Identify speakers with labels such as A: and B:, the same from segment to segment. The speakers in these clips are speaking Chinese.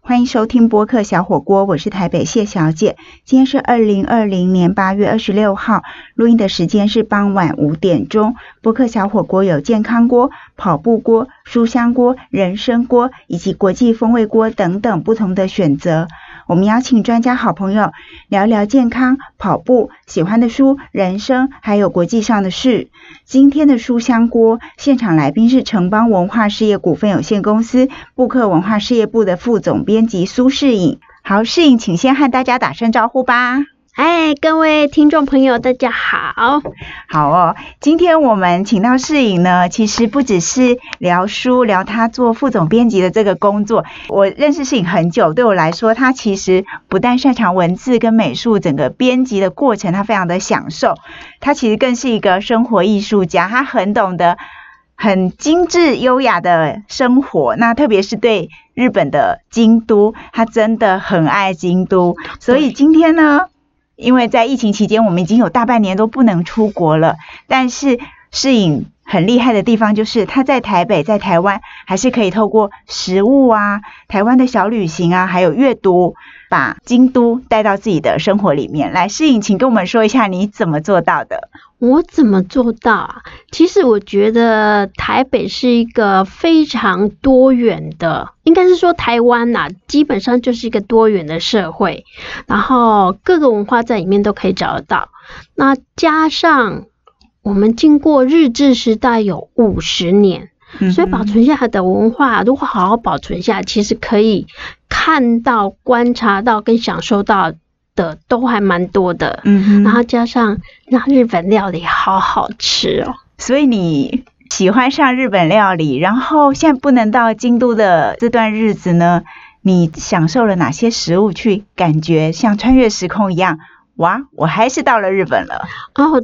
A: 欢迎收听播客小火锅，我是台北谢小姐。今天是二零二零年八月二十六号，录音的时间是傍晚五点钟。播客小火锅有健康锅、跑步锅、书香锅、人参锅以及国际风味锅等等不同的选择。我们邀请专家好朋友聊聊健康、跑步、喜欢的书、人生，还有国际上的事。今天的书香锅现场来宾是城邦文化事业股份有限公司布克文化事业部的副总编辑苏世颖。好，世颖，请先和大家打声招呼吧。
B: 哎，各位听众朋友，大家好。
A: 好哦，今天我们请到世颖呢，其实不只是聊书，聊他做副总编辑的这个工作。我认识世颖很久，对我来说，他其实不但擅长文字跟美术，整个编辑的过程他非常的享受。他其实更是一个生活艺术家，他很懂得很精致优雅的生活。那特别是对日本的京都，他真的很爱京都。所以今天呢。因为在疫情期间，我们已经有大半年都不能出国了。但是世颖很厉害的地方就是他在台北、在台湾，还是可以透过食物啊、台湾的小旅行啊，还有阅读，把京都带到自己的生活里面来。世颖，请跟我们说一下你怎么做到的？
B: 我怎么做到啊？其实我觉得台北是一个非常多元的，应该是说台湾呐、基本上就是一个多元的社会，然后各个文化在里面都可以找得到。那加上我们经过日治时代有五十年，所以保存下来的文化，如果好好保存下来，其实可以看到、观察到跟享受到的都还蛮多的。
A: 嗯哼，
B: 然后加上那日本料理好好吃哦，
A: 所以你喜欢上日本料理，然后现在不能到京都的这段日子呢，你享受了哪些食物去感觉像穿越时空一样？哇，我还是到了日本了。
B: 哦，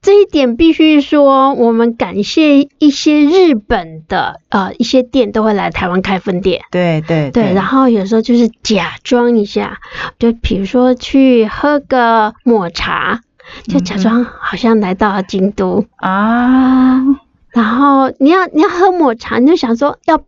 B: 这一点必须说，我们感谢一些日本的呃一些店都会来台湾开分店。
A: 对对
B: 对，然后有时候就是假装一下，就比如说去喝个抹茶，就假装好像来到了京都，
A: 啊，
B: 然后你要你要喝抹茶，你就想说要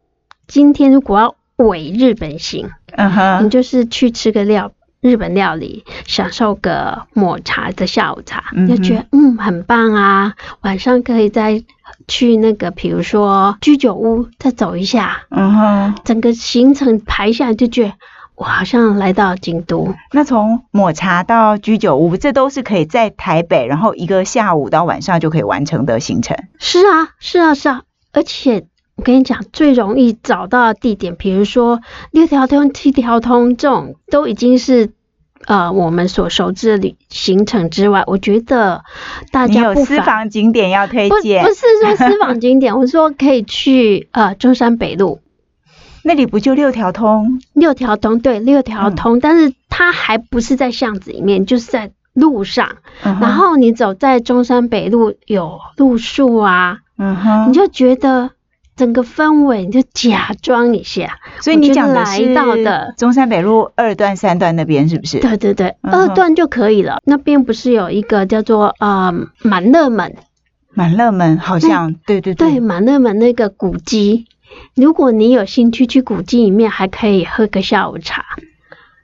B: 今天如果要伪日本行，
A: 嗯
B: 你
A: 哼，
B: 就是去吃个料日本料理，享受个抹茶的下午茶，
A: 嗯哼
B: 你就觉得嗯很棒啊。晚上可以再去那个，比如说居酒屋再走一下，
A: 嗯哼。
B: 整个行程排下来就觉得我好像来到京都。
A: 那从抹茶到居酒屋，这都是可以在台北，然后一个下午到晚上就可以完成的行程。
B: 是啊，是啊，是啊，而且。我跟你讲，最容易找到的地点，比如说六条通、七条通这种，都已经是呃我们所熟知的旅行程之外。我觉得大
A: 你
B: 家
A: 有
B: 不
A: 私
B: 妨
A: 房景点要推
B: 不
A: 荐
B: 不，是说私访景 点，我说可以去呃中山北路
A: 那里不就六条通？
B: 六条通，对六条
A: 嗯
B: 通，但是它还不是在巷子里面，就是在路上。
A: 嗯哼
B: 然，后你走在中山北路有路树啊，
A: 嗯哼，
B: 你就觉得整个氛围，你就假装一下。
A: 所以
B: 我
A: 你
B: 觉得
A: 讲的
B: 来
A: 是
B: 到的
A: 中山北路二段、三段那边是不是？
B: 对对对，
A: 嗯
B: 二
A: 哼
B: 段就可以了。那边不是有一个叫做呃满乐门，
A: 满乐门好像，对对
B: 对，满乐门那个古迹。如果你有兴趣去古迹里面，还可以喝个下午茶。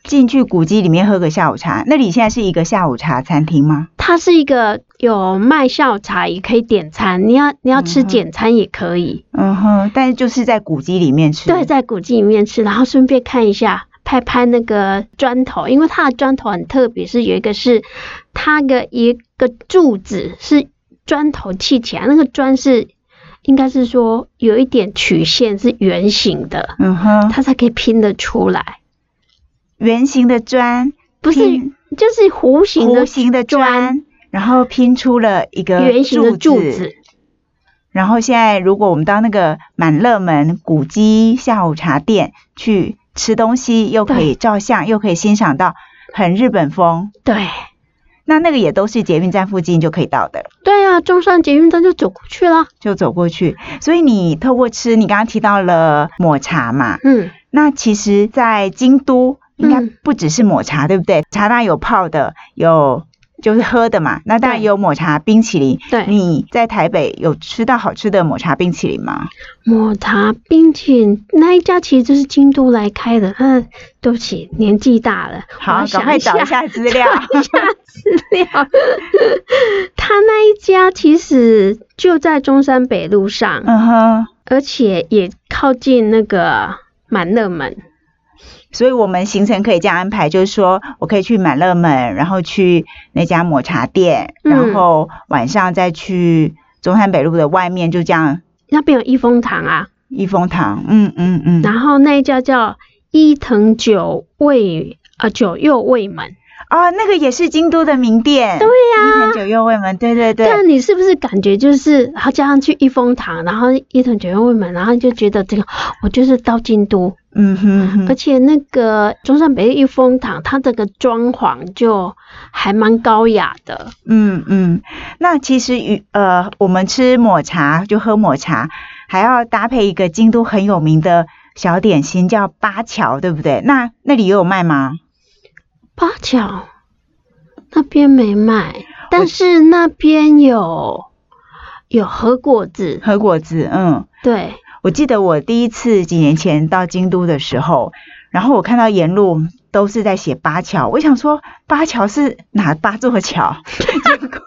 A: 进去古迹里面喝个下午茶，那里现在是一个下午茶餐厅吗？
B: 它是一个有卖下午茶，也可以点餐。你要你要
A: 嗯
B: 吃
A: 哼
B: 简餐也可以，
A: 嗯哼，但是就是在古迹里面吃。
B: 对，在古迹里面吃，然后顺便看一下，拍拍那个砖头，因为它的砖头很特别，是有一个是它的一个柱子是砖头砌起来，那个砖是应该是说有一点曲线是圆形的，
A: 嗯哼，
B: 它才可以拼得出来，
A: 圆形的砖，
B: 不是
A: 拼
B: 就是弧形的
A: 弧形的砖，然后拼出了一个
B: 圆形的柱
A: 子。
B: 子。
A: 然后现在，如果我们到那个满乐门古迹下午茶店去吃东西，又可以照相，又可以欣赏到很日本风。
B: 对
A: 那那个也都是捷运站附近就可以到的，
B: 对啊，中山捷运站就走过去了。
A: 就走过去。所以你透过吃，你刚刚提到了抹茶嘛，
B: 嗯，
A: 那其实，在京都应该
B: 嗯
A: 不只是抹茶，对不对？茶大有泡的，有就是喝的嘛，那当然
B: 对
A: 也有抹茶冰淇淋。
B: 对
A: 你在台北有吃到好吃的抹茶冰淇淋吗？
B: 抹茶冰淇淋那一家其实就是京都来开的，嗯、对不起，年纪大了，我
A: 好
B: 要，
A: 赶
B: 想
A: 快
B: 一
A: 找一下资料。
B: 料。 他那一家其实就在中山北路上，
A: 嗯哼，
B: 而且也靠近那个满乐门。
A: 所以我们行程可以这样安排，就是说我可以去满乐门，然后去那家抹茶店，
B: 嗯
A: 然后晚上再去中山北路的外面，就这样
B: 那边有益丰堂啊，
A: 益丰堂。嗯嗯嗯。
B: 然后那一家叫伊藤久味啊久右卫门。
A: 哦，那个也是京都的名店。对呀、伊藤久右卫门，对对对。
B: 但你是不是感觉就是，然后加上去益丰堂，然后伊藤久右卫门，然后你就觉得这个我就是到京都，
A: 嗯哼
B: 而
A: 哼。
B: 且那个中山北益丰堂，它这个装潢就还蛮高雅的。
A: 嗯嗯。那其实与呃，我们吃抹茶就喝抹茶，还要搭配一个京都很有名的小点心，叫八桥，对不对？那那里也有卖吗？
B: 八角那边没卖，但是那边有有和果子，
A: 和果子，嗯。
B: 对，
A: 我记得我第一次几年前到京都的时候，然后我看到沿路都是在写八桥，我想说八桥是哪八座 桥？结果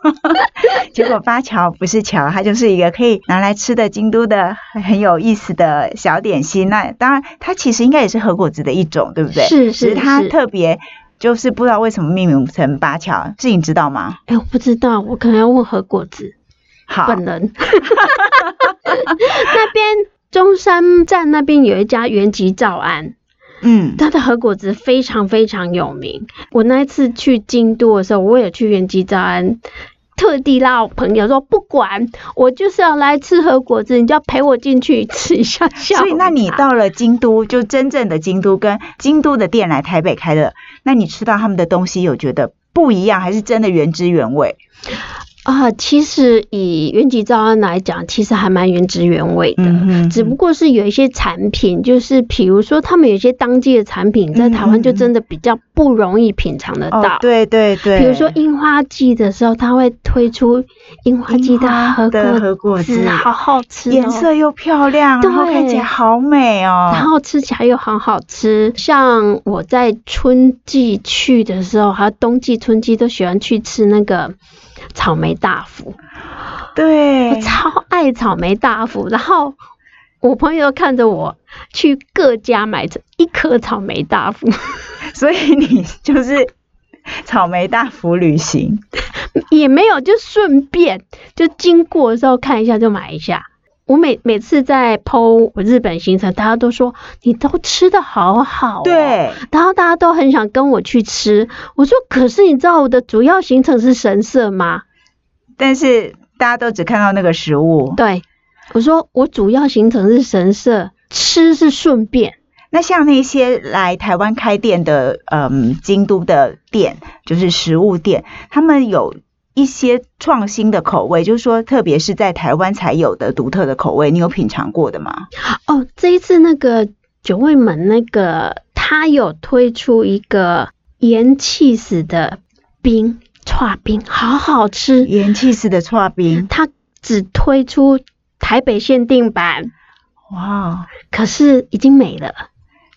A: 结果八桥不是桥，它就是一个可以拿来吃的京都的很很有意思的小点心。那当然，它其实应该也是和果子的一种，对不对？
B: 是
A: 只
B: 是
A: 它
B: 是
A: 特别就是不知道为什么命名成八桥，是你知道吗？
B: 哎、我不知道，我可能要问和果子
A: 好，
B: 本人。 那边中山站那边有一家原吉兆庵，
A: 嗯，
B: 它的和果子非常非常有名。我那一次去京都的时候，我也去原吉兆庵，特地拉我朋友说，不管我就是要来吃和果子，你就要陪我进去吃一下下午茶。
A: 所以，那你到了京都，就真正的京都跟京都的店来台北开的，那你吃到他们的东西有觉得不一样，还是真的原汁原味？
B: 啊、其实以原籍照案来讲，其实还蛮原汁原味的。
A: 嗯哼
B: 只不过是有一些产品，就是比如说他们有一些当季的产品，在台湾就真的比较不容易品尝
A: 嗯
B: 得
A: 哦
B: 到。，
A: 对对对，
B: 比如说樱花季的时候，它会推出樱花季的和
A: 的和果
B: 果
A: 子
B: 好好吃、哦，
A: 颜色又漂亮，然后
B: 对
A: 看起来好美哦。
B: 然后吃起来又很好吃。像我在春季去的时候，还有冬季、春季都喜欢去吃那个草莓大福。
A: 对
B: 我，超爱草莓大福，然后我朋友看着我去各家买这一颗草莓大福，
A: 所以你就是草莓大福旅行。
B: 也没有就顺便就经过的时候看一下就买一下。我每每次在剖我日本行程，大家都说你都吃的好好、哦，。
A: 对，
B: 然后大家都很想跟我去吃，我说可是你知道我的主要行程是神社吗？
A: 但是大家都只看到那个食物。
B: 对，我说我主要行程是神社，吃是顺便。
A: 那像那些来台湾开店的，嗯，京都的店，就是食物店，他们有一些创新的口味，就是说，特别是在台湾才有的独特的口味，你有品尝过的吗？
B: 哦，这一次那个九味门那个，它有推出一个盐气死的冰串冰，好好吃。
A: 盐气式的刨冰，
B: 它只推出台北限定版，
A: 哇，
B: 可是已经没了。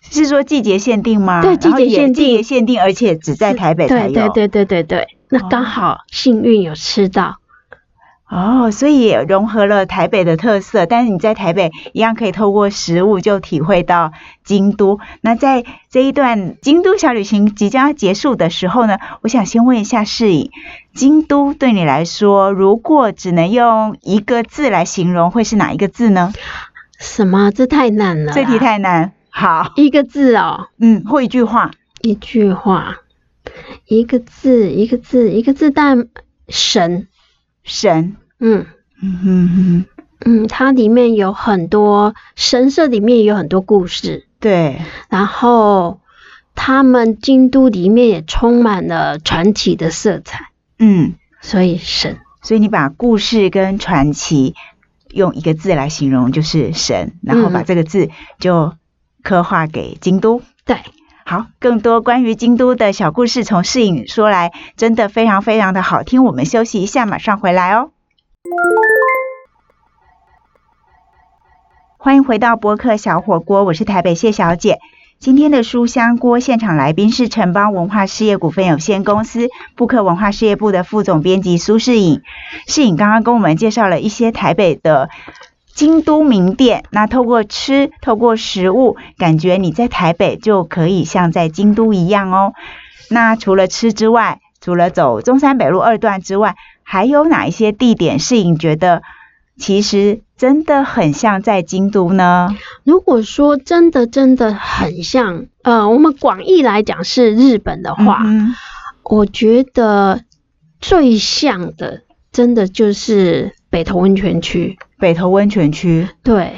A: 是说季节限定吗？
B: 对季节
A: 然后也
B: 限定
A: 季节限定，而且只在台北才
B: 对
A: 有。
B: 对对对对对，那刚好幸运有吃到。
A: 哦，所以也融合了台北的特色，但是你在台北一样可以透过食物就体会到京都。那在这一段京都小旅行即将要结束的时候呢，我想先问一下世颖，京都对你来说，如果只能用一个字来形容，会是哪一个字呢？
B: 什么？这太难了啦。
A: 这题太难。好，
B: 一个字哦，
A: 嗯，或一句话，
B: 一句话，一个字，一个字，一个字，但神，
A: 神。
B: 嗯。
A: 嗯哼哼，
B: 嗯，它里面有很多神社，里面有很多故事，
A: 对，
B: 然后他们京都里面也充满了传奇的色彩，
A: 嗯，
B: 所以神
A: 所以你把故事跟传奇用一个字来形容，就是神，然后把这个字就刻画给京都。
B: 对，
A: 好，更多关于京都的小故事从世影说来，真的非常非常的好听。我们休息一下，马上回来哦。欢迎回到播客小火锅，我是台北谢小姐。今天的书香锅现场来宾是城邦文化事业股份有限公司布克文化事业部的副总编辑苏世颖。世颖刚刚跟我们介绍了一些台北的京都名店，那透过吃，透过食物，感觉你在台北就可以像在京都一样哦。那除了吃之外，除了走中山北路二段之外，还有哪一些地点世颖觉得其实真的很像在京都呢？
B: 如果说真的真的很像，呃，我们广义来讲是日本的话，
A: 嗯哼
B: 我觉得最像的，真的就是北投温泉区。
A: 北投温泉区，
B: 对，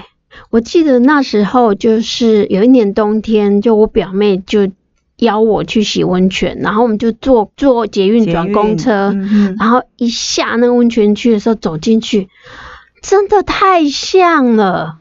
B: 我记得那时候就是有一年冬天，就我表妹就邀我去洗温泉，然后我们就坐坐捷运转公车，
A: 捷运嗯哼
B: 然后一下那个温泉区的时候走进去，真的太像了。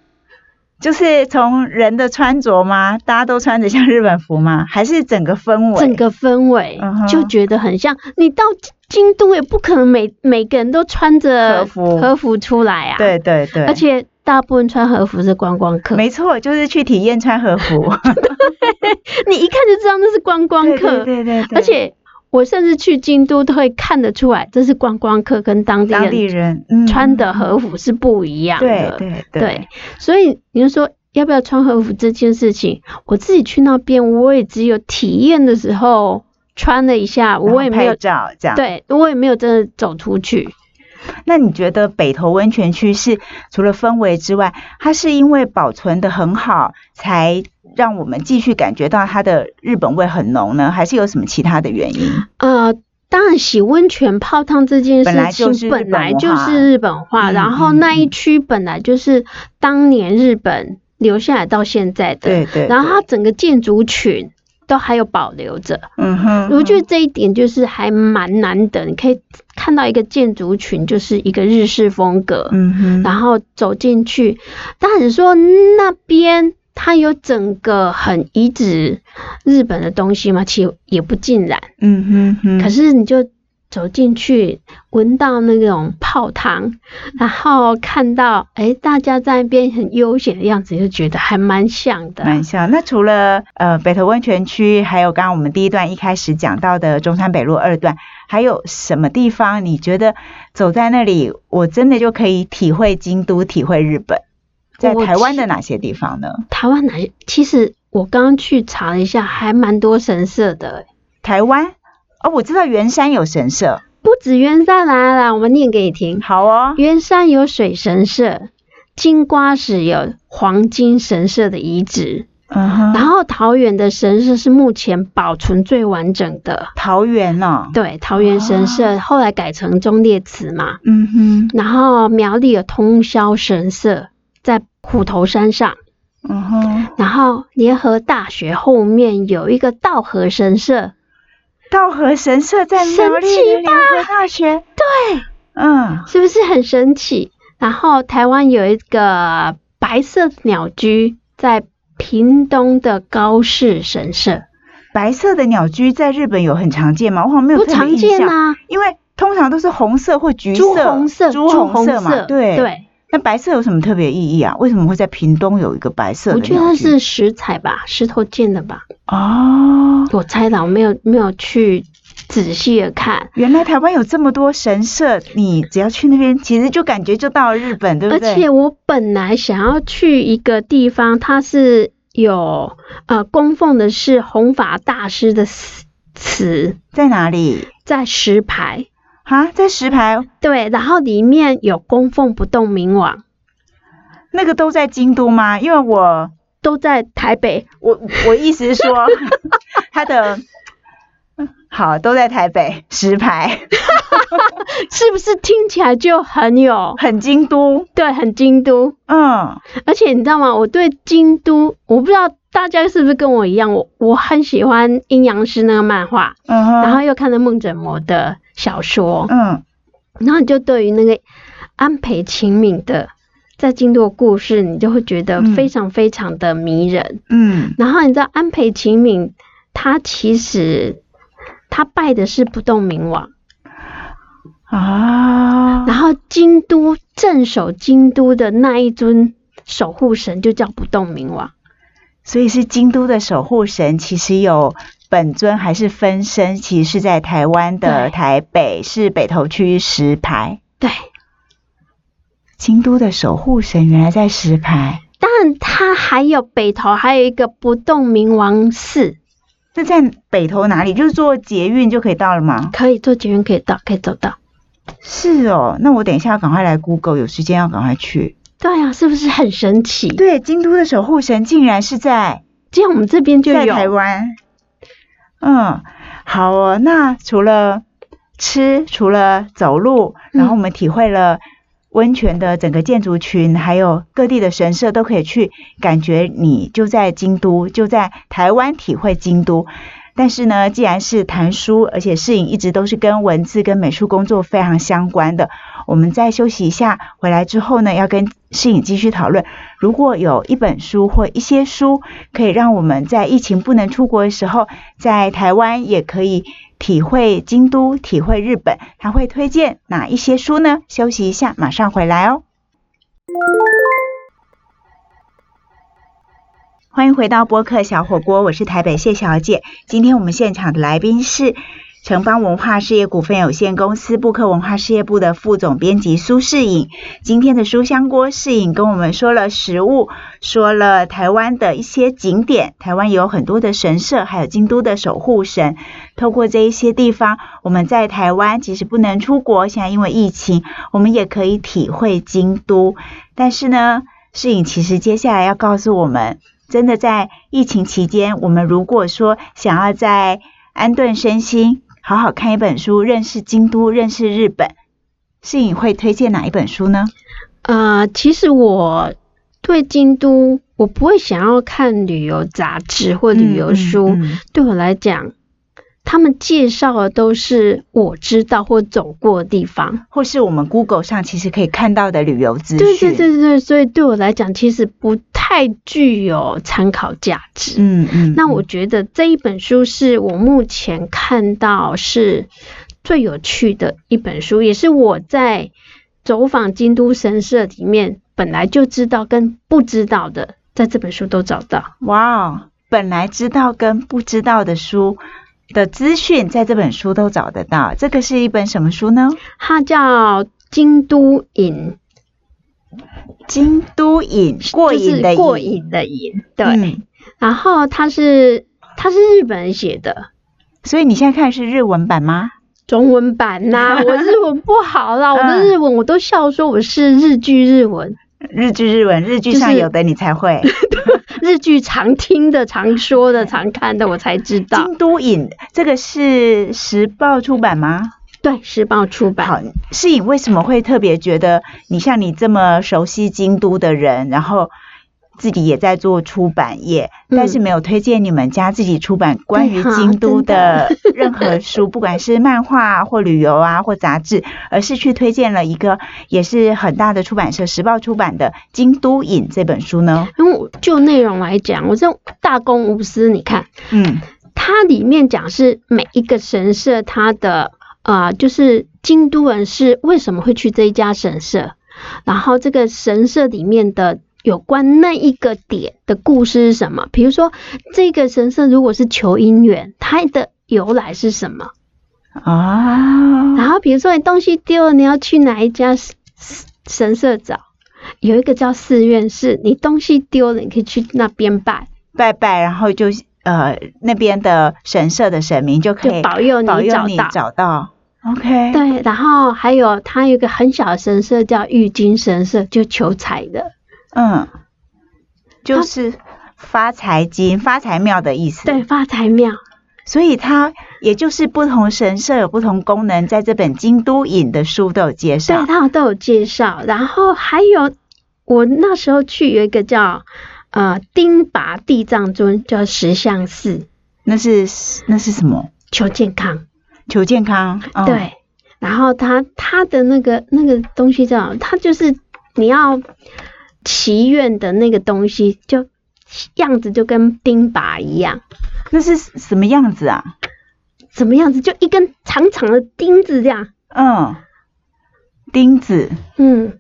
A: 就是从人的穿着吗？大家都穿着像日本服吗？还是整个氛围？
B: 整个氛围
A: 嗯哼
B: 就觉得很像。你到京都也不可能每每个人都穿着
A: 和服
B: 和服出来啊。，
A: 对对对，
B: 而且大部分穿和服是观光客，
A: 没错，就是去体验穿和服，
B: 你一看就知道那是观光
A: 对
B: 客。
A: 对对对对，
B: 而且我甚至去京都都会看得出来，这是观光客跟当地
A: 当地
B: 人
A: 人嗯
B: 穿的和服是不一样
A: 对
B: 的。
A: 对
B: 对，所以你就说要不要穿和服这件事情，我自己去那边我也只有体验的时候穿了一下，
A: 然后
B: 我也没有
A: 拍照这样。，
B: 对，我也没有真的走出去。
A: 那你觉得北投温泉区是除了氛围之外，它是因为保存的很好，才让我们继续感觉到它的日本味很浓呢？还是有什么其他的原因？
B: 呃，当然洗温泉泡汤这件
A: 本来
B: 事
A: 就
B: 情
A: 是日
B: 本
A: 本
B: 来
A: 文
B: 就
A: 化
B: 是日本化，
A: 嗯
B: 然后
A: 嗯
B: 那一
A: 嗯
B: 区本来就是当年日本留下来到现在的，
A: 对对，
B: 然后它
A: 对
B: 整个建筑群。都还有保留着，
A: 嗯哼，
B: 我觉得这一点就是还蛮难得。你可以看到一个建筑群，就是一个日式风格，
A: 嗯哼，
B: 然后走进去，但是说那边它有整个很移植日本的东西嘛，其实也不尽然。
A: 嗯哼哼，
B: 可是你就走进去，闻到那种泡汤，然后看到哎大家在那边很悠闲的样子，就觉得还蛮像的。
A: 蛮像。那除了呃北投温泉区，还有刚刚我们第一段一开始讲到的中山北路二段，还有什么地方你觉得走在那里，我真的就可以体会京都、体会日本？在
B: 我
A: 台湾
B: 其
A: 的哪些地方呢？
B: 台湾哪些？其实我刚刚去查了一下，还蛮多神社的。
A: 台湾哦，我知道圆山有神社，
B: 不止冤山来来来，啊我们念给你听。
A: 好哦，
B: 圆山有水神社，金瓜石有黄金神社的遗址，
A: 嗯哼，
B: 然后桃园的神社是目前保存最完整的。
A: 桃园哦，
B: 对，桃园神社后来改成忠烈祠嘛，
A: 嗯哼，
B: 然后苗栗有通霄神社在虎头山上，
A: 嗯哼，
B: 然后联合大学后面有一个道和神社，
A: 道和神社在苗栗
B: 神奇
A: 的联合大学，对，嗯，
B: 是不是很神奇？然后台湾有一个白色鸟居在屏东的高士神社，
A: 白色的鸟居在日本有很常见吗？我好像没有
B: 不
A: 特别
B: 常
A: 印
B: 见
A: 象。
B: 啊，
A: 因为通常都是红色或橘
B: 朱
A: 色、
B: 红色、
A: 朱
B: 红
A: 红色嘛，对。
B: 对，
A: 那白色有什么特别意义啊？为什么会在屏东有一个白色的
B: 我
A: 鸟居？
B: 觉得是石材吧，石头建的吧。
A: 哦，
B: 我猜的，我没有没有去仔细的看，
A: 原来台湾有这么多神社，你只要去那边，其实就感觉就到了日本，对不
B: 而
A: 对？
B: 且我本来想要去一个地方，它是有呃供奉的是弘法大师的祠祠，
A: 在哪里？
B: 在石牌，
A: 啊，在石牌，
B: 对，然后里面有供奉不动明王，
A: 那个都在京都吗？因为我
B: 都在台北，
A: 我我意思是说， 它的嗯好都在台北石牌，
B: 是不是听起来就很有
A: 很京都，
B: 对，很京都？
A: 嗯，
B: 而且你知道吗？我对京都，我不知道大家是不是跟我一样，我我很喜欢《阴阳师》那个漫画，
A: 嗯哼，
B: 然后又看了梦枕魔的小说，
A: 嗯，
B: 然后你就对于那个安培晴敏的在京都的故事，你就会觉得
A: 嗯
B: 非常非常的迷人。
A: 嗯
B: 然后你知道安培晴敏他其实他拜的是不动明王，
A: 啊，
B: 然后京都镇守京都的那一尊守护神就叫不动明王。
A: 所以是京都的守护神，其实有本尊还是分身，其实是在台湾的
B: 对
A: 台北市北投区石牌。
B: 对，
A: 京都的守护神原来在石牌，
B: 但他还有北头还有一个不动明王寺，
A: 那在北投哪里？就是坐捷运就可以到了吗？
B: 可以坐捷运可以到，可以走到。
A: 是哦，那我等一下要赶快来 Google，有时间要赶快去。
B: 对啊，是不是很神奇？
A: 对，京都的守护神竟然是在
B: 这样我们这边就
A: 在台
B: 有，
A: 湾。嗯，好哦。那除了吃，除了走路，然后我们体会了温泉的整个建筑群，还有各地的神社都可以去，感觉你就在京都，就在台湾体会京都。但是呢，既然是谈书，而且摄影一直都是跟文字跟美术工作非常相关的，我们再休息一下，回来之后呢，要跟摄影继续讨论。如果有一本书或一些书，可以让我们在疫情不能出国的时候，在台湾也可以体会京都、体会日本，他会推荐哪一些书呢？休息一下，马上回来哦。欢迎回到播客小火锅，我是台北谢小姐。今天我们现场的来宾是城邦文化事业股份有限公司布克文化事业部的副总编辑苏世颖。今天的书香锅世颖跟我们说了食物，说了台湾的一些景点，台湾有很多的神社，还有京都的守护神。透过这一些地方，我们在台湾即使不能出国，现在因为疫情，我们也可以体会京都。但是呢，世颖其实接下来要告诉我们，真的在疫情期间，我们如果说想要在安顿身心，好好看一本书，认识京都，认识日本，世颖会推荐哪一本书呢？
B: 呃，其实我对京都，我不会想要看旅游杂志或旅游书，
A: 嗯嗯嗯
B: 对我来讲，他们介绍的都是我知道或走过的地方。
A: 或是我们 Google 上其实可以看到的旅游资
B: 对
A: 讯。
B: 对对对，所以对我来讲，其实不太具有参考价值。
A: 嗯嗯。
B: 那我觉得这一本书是我目前看到是最有趣的一本书，也是我在走访京都神社里面本来就知道跟不知道的，在这本书都找到。
A: 哇哦，本来知道跟不知道的书的资讯，在这本书都找得到。这个是一本什么书呢？
B: 它叫《京都瘾
A: 京都瘾，》，过
B: 就
A: 瘾
B: 是
A: 的
B: 过瘾的瘾。对，
A: 嗯
B: 然后它是它是日本人写的。
A: 所以你现在看的是日文版吗？
B: 中文 版呐、我日文不好啦，我的
A: 嗯
B: 日文我都笑说我是日剧日文，
A: 日剧日文，日剧
B: 就是
A: 上有的你才 会。
B: 日剧常听的、常说
A: 嗯
B: 的、常看的，我才知 道。
A: 京都瘾这个是时报出版吗？
B: 对，时报出版。
A: 好，世颖为什么会特别觉得你像你这么熟悉京都的人，然后自己也在做出版业，
B: 嗯
A: 但是没有推荐你们家自己出版关于
B: 对哈
A: 京都的任何 书，不管是漫画啊或旅游啊或杂志，而是去推荐了一个也是很大的出版社时报出版的《京都影》这本书呢？
B: 因为我就内容来讲，我这种大公无私，你看
A: 嗯，
B: 它里面讲是每一个神社它的呃，就是京都人是为什么会去这一家神社，然后这个神社里面的。有关那一个点的故事是什么？比如说，这个神社如果是求姻缘，它的由来是什么？
A: 啊，
B: 然后比如说你东西丢了，你要去哪一家 s- s- 神社找？有一个叫寺院寺，你东西丢了，你可以去那边拜，
A: 拜拜，然后就呃那边的神社的神明就可
B: 就
A: 以
B: 保佑你
A: 保
B: 找
A: 佑你
B: 到。
A: 找到。OK，
B: 对，然后还有它有一个很小的神社叫玉京神社，就求财的。
A: 嗯，就
B: 它
A: 是发财金、发财庙的意思。
B: 对，，发财庙。
A: 所以它也就是不同神社有不同功能，在这本《京都引》的书都有介
B: 对，
A: 绍。
B: 他有都有介绍。然后还有我那时候去有一个叫呃丁拔地藏尊，叫石像寺，
A: 那是那是什么？
B: 求健康。
A: 求健康。嗯、，
B: 对，然后他他的那个那个东西叫，他就是你要祈愿的那个东西，就样子就跟钉耙一样，
A: 那是什么样子啊？
B: 什么样子？就一根长长的钉子这样。
A: 嗯，钉子。
B: 嗯，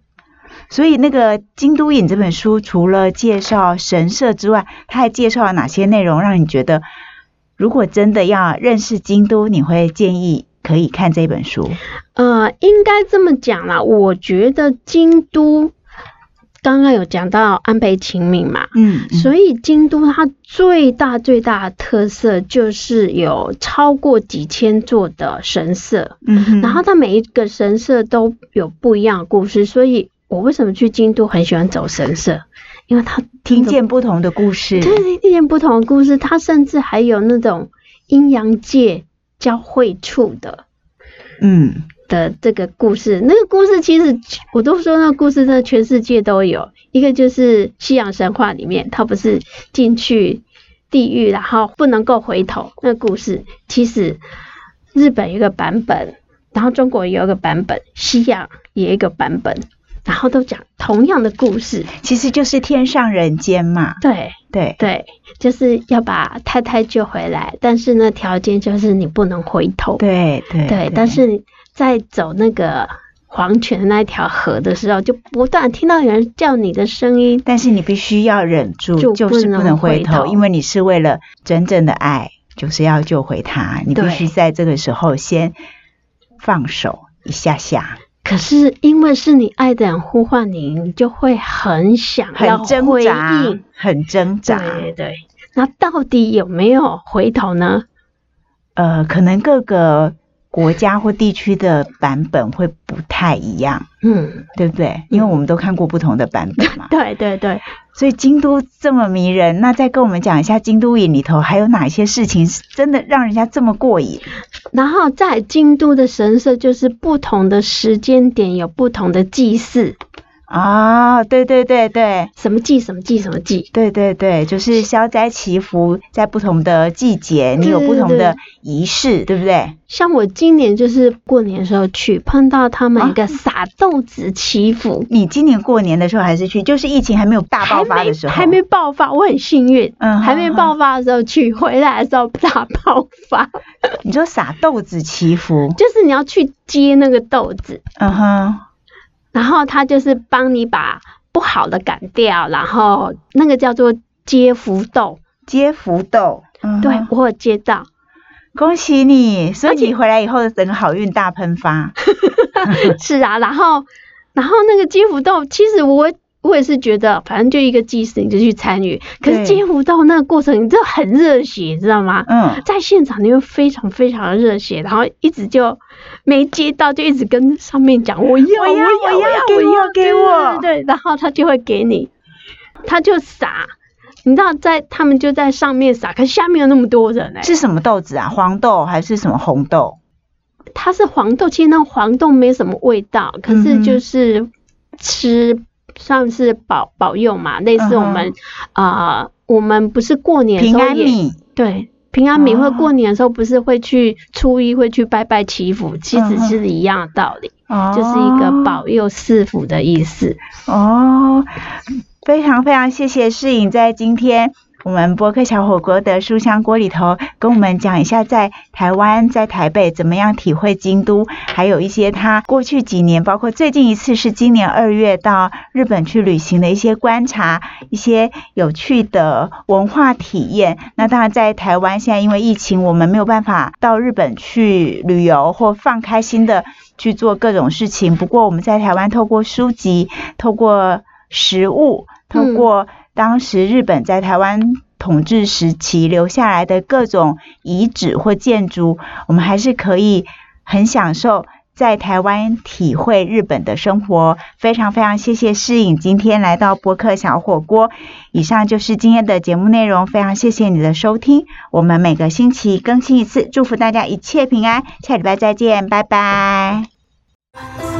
A: 所以那个《京都影》这本书，除了介绍神社之外，它还介绍了哪些内容，让你觉得如果真的要认识京都，你会建议可以看这本书？
B: 呃，应该这么讲啦。我觉得京都刚刚有讲到安倍晴明嘛，
A: 嗯
B: 所以京都它最大最大的特色就是有超过几千座的神社，
A: 嗯哼
B: 然后它每一个神社都有不一样的故事，所以我为什么去京都很喜欢走神社，因为它
A: 听见不同的故事，
B: 对一点不同的故事，它甚至还有那种阴阳界交汇处的
A: 嗯，
B: 的这个故事，那个故事其实我都说那个故事真的全世界都有。一个就是西洋神话里面，他不是进去地狱，然后不能够回头那个故事，其实日本有一个版本，然后中国也有一个版本，西洋也有一个版本，然后都讲同样的故事。
A: 其实就是天上人间嘛，
B: 对
A: 对，
B: 对，就是要把太太救回来，但是呢，条件就是你不能回头。
A: 对哎对
B: 对，但是在走那个黄泉的那一条河的时候，就不断听到有人叫你的声音。
A: 但是你必须要忍住，
B: 就
A: 就是
B: 不能
A: 能回
B: 回头
A: 因为你是为了真正的爱，就是要救回他，你必
B: 对
A: 须在这个时候先放手一下下，
B: 可是因为是你爱的人呼唤你，你就会很想要
A: 很挣
B: 回
A: 扎
B: 应。，
A: 很挣扎。
B: 对对，那到底有没有回头呢？
A: 呃，可能各个国家或地区的版本会不太一样，
B: 嗯，，
A: 对不对？因为我们都看过不同的版本嘛
B: 对对对，
A: 所以京都这么迷人，那再跟我们讲一下京都影里头还有哪些事情是真的让人家这么过瘾？
B: 然后在京都的神社，就是不同的时间点有不同的祭祀，
A: 啊、对对对对。
B: 什么祭什么祭什么祭，
A: 对对对，就是消灾祈福，在不同的季节，你有不同的仪式，对不对？
B: 像我今年就是过年的时候去，碰到他们
A: 啊
B: 一个撒豆子祈福，
A: 你今年过年的时候还是去，就是疫情还没有大爆发的时候，
B: 还没还没爆发，我很幸运，
A: 嗯
B: 还没爆发的时候去，回来的时候大爆发，
A: 你说撒豆子祈福，
B: 就是你要去接那个豆子，
A: 嗯哼，
B: 然后他就是帮你把不好的赶掉，然后那个叫做接福豆，
A: 接福豆，嗯哼
B: 对我有接到，
A: 恭喜你，所以
B: 而且
A: 你回来以后整个好运大喷发，
B: 是啊，然后然后那个接福豆，其实我。我也是觉得，反正就一个祭祀，你就去参与。可
A: 对
B: 是接福豆那个过程，你真的很热血，你知道吗？
A: 嗯，
B: 在现场你会非常非常的热血，然后一直就没接到，就一直跟上面讲我要
A: 我要
B: 要我
A: 我要给
B: 我
A: 我给我
B: 对对对，然后他就会给你，他就撒，你知道在他们就在上面撒，可是下面有那么多人哎、
A: 是什么豆子啊？黄豆还是什么红豆？
B: 它是黄豆，其实那黄豆没什么味道，可
A: 嗯
B: 是
A: 哼
B: 就是吃算是保保佑嘛，类似我们啊、呃我们不是过年的时
A: 嗯平
B: 候
A: 安
B: 也
A: 米，
B: 对，平安米
A: 哦
B: 会过年的时候不是会去初一会去拜拜祈福，其
A: 嗯
B: 实
A: 哼
B: 是一样的道理，
A: 哦
B: 就是一个保佑四福的意思。
A: 哦，非常非常谢谢诗颖在今天我们博客小火锅的书香锅里头跟我们讲一下在台湾在台北怎么样体会京都，还有一些他过去几年，包括最近一次是今年二月到日本去旅行的一些观察，一些有趣的文化体验。那当然在台湾现在因为疫情，我们没有办法到日本去旅游或放开心的。去做各种事情，不过我们在台湾透过书籍，透过食物，透
B: 嗯
A: 过当时日本在台湾统治时期留下来的各种遗址或建筑，我们还是可以很享受。在台湾体会日本的生活，非常非常谢谢诗颖今天来到播客小火锅。以上就是今天的节目内容，非常谢谢你的收听。我们每个星期更新一次，祝福大家一切平安。下礼拜再见，拜拜。
C: 「あ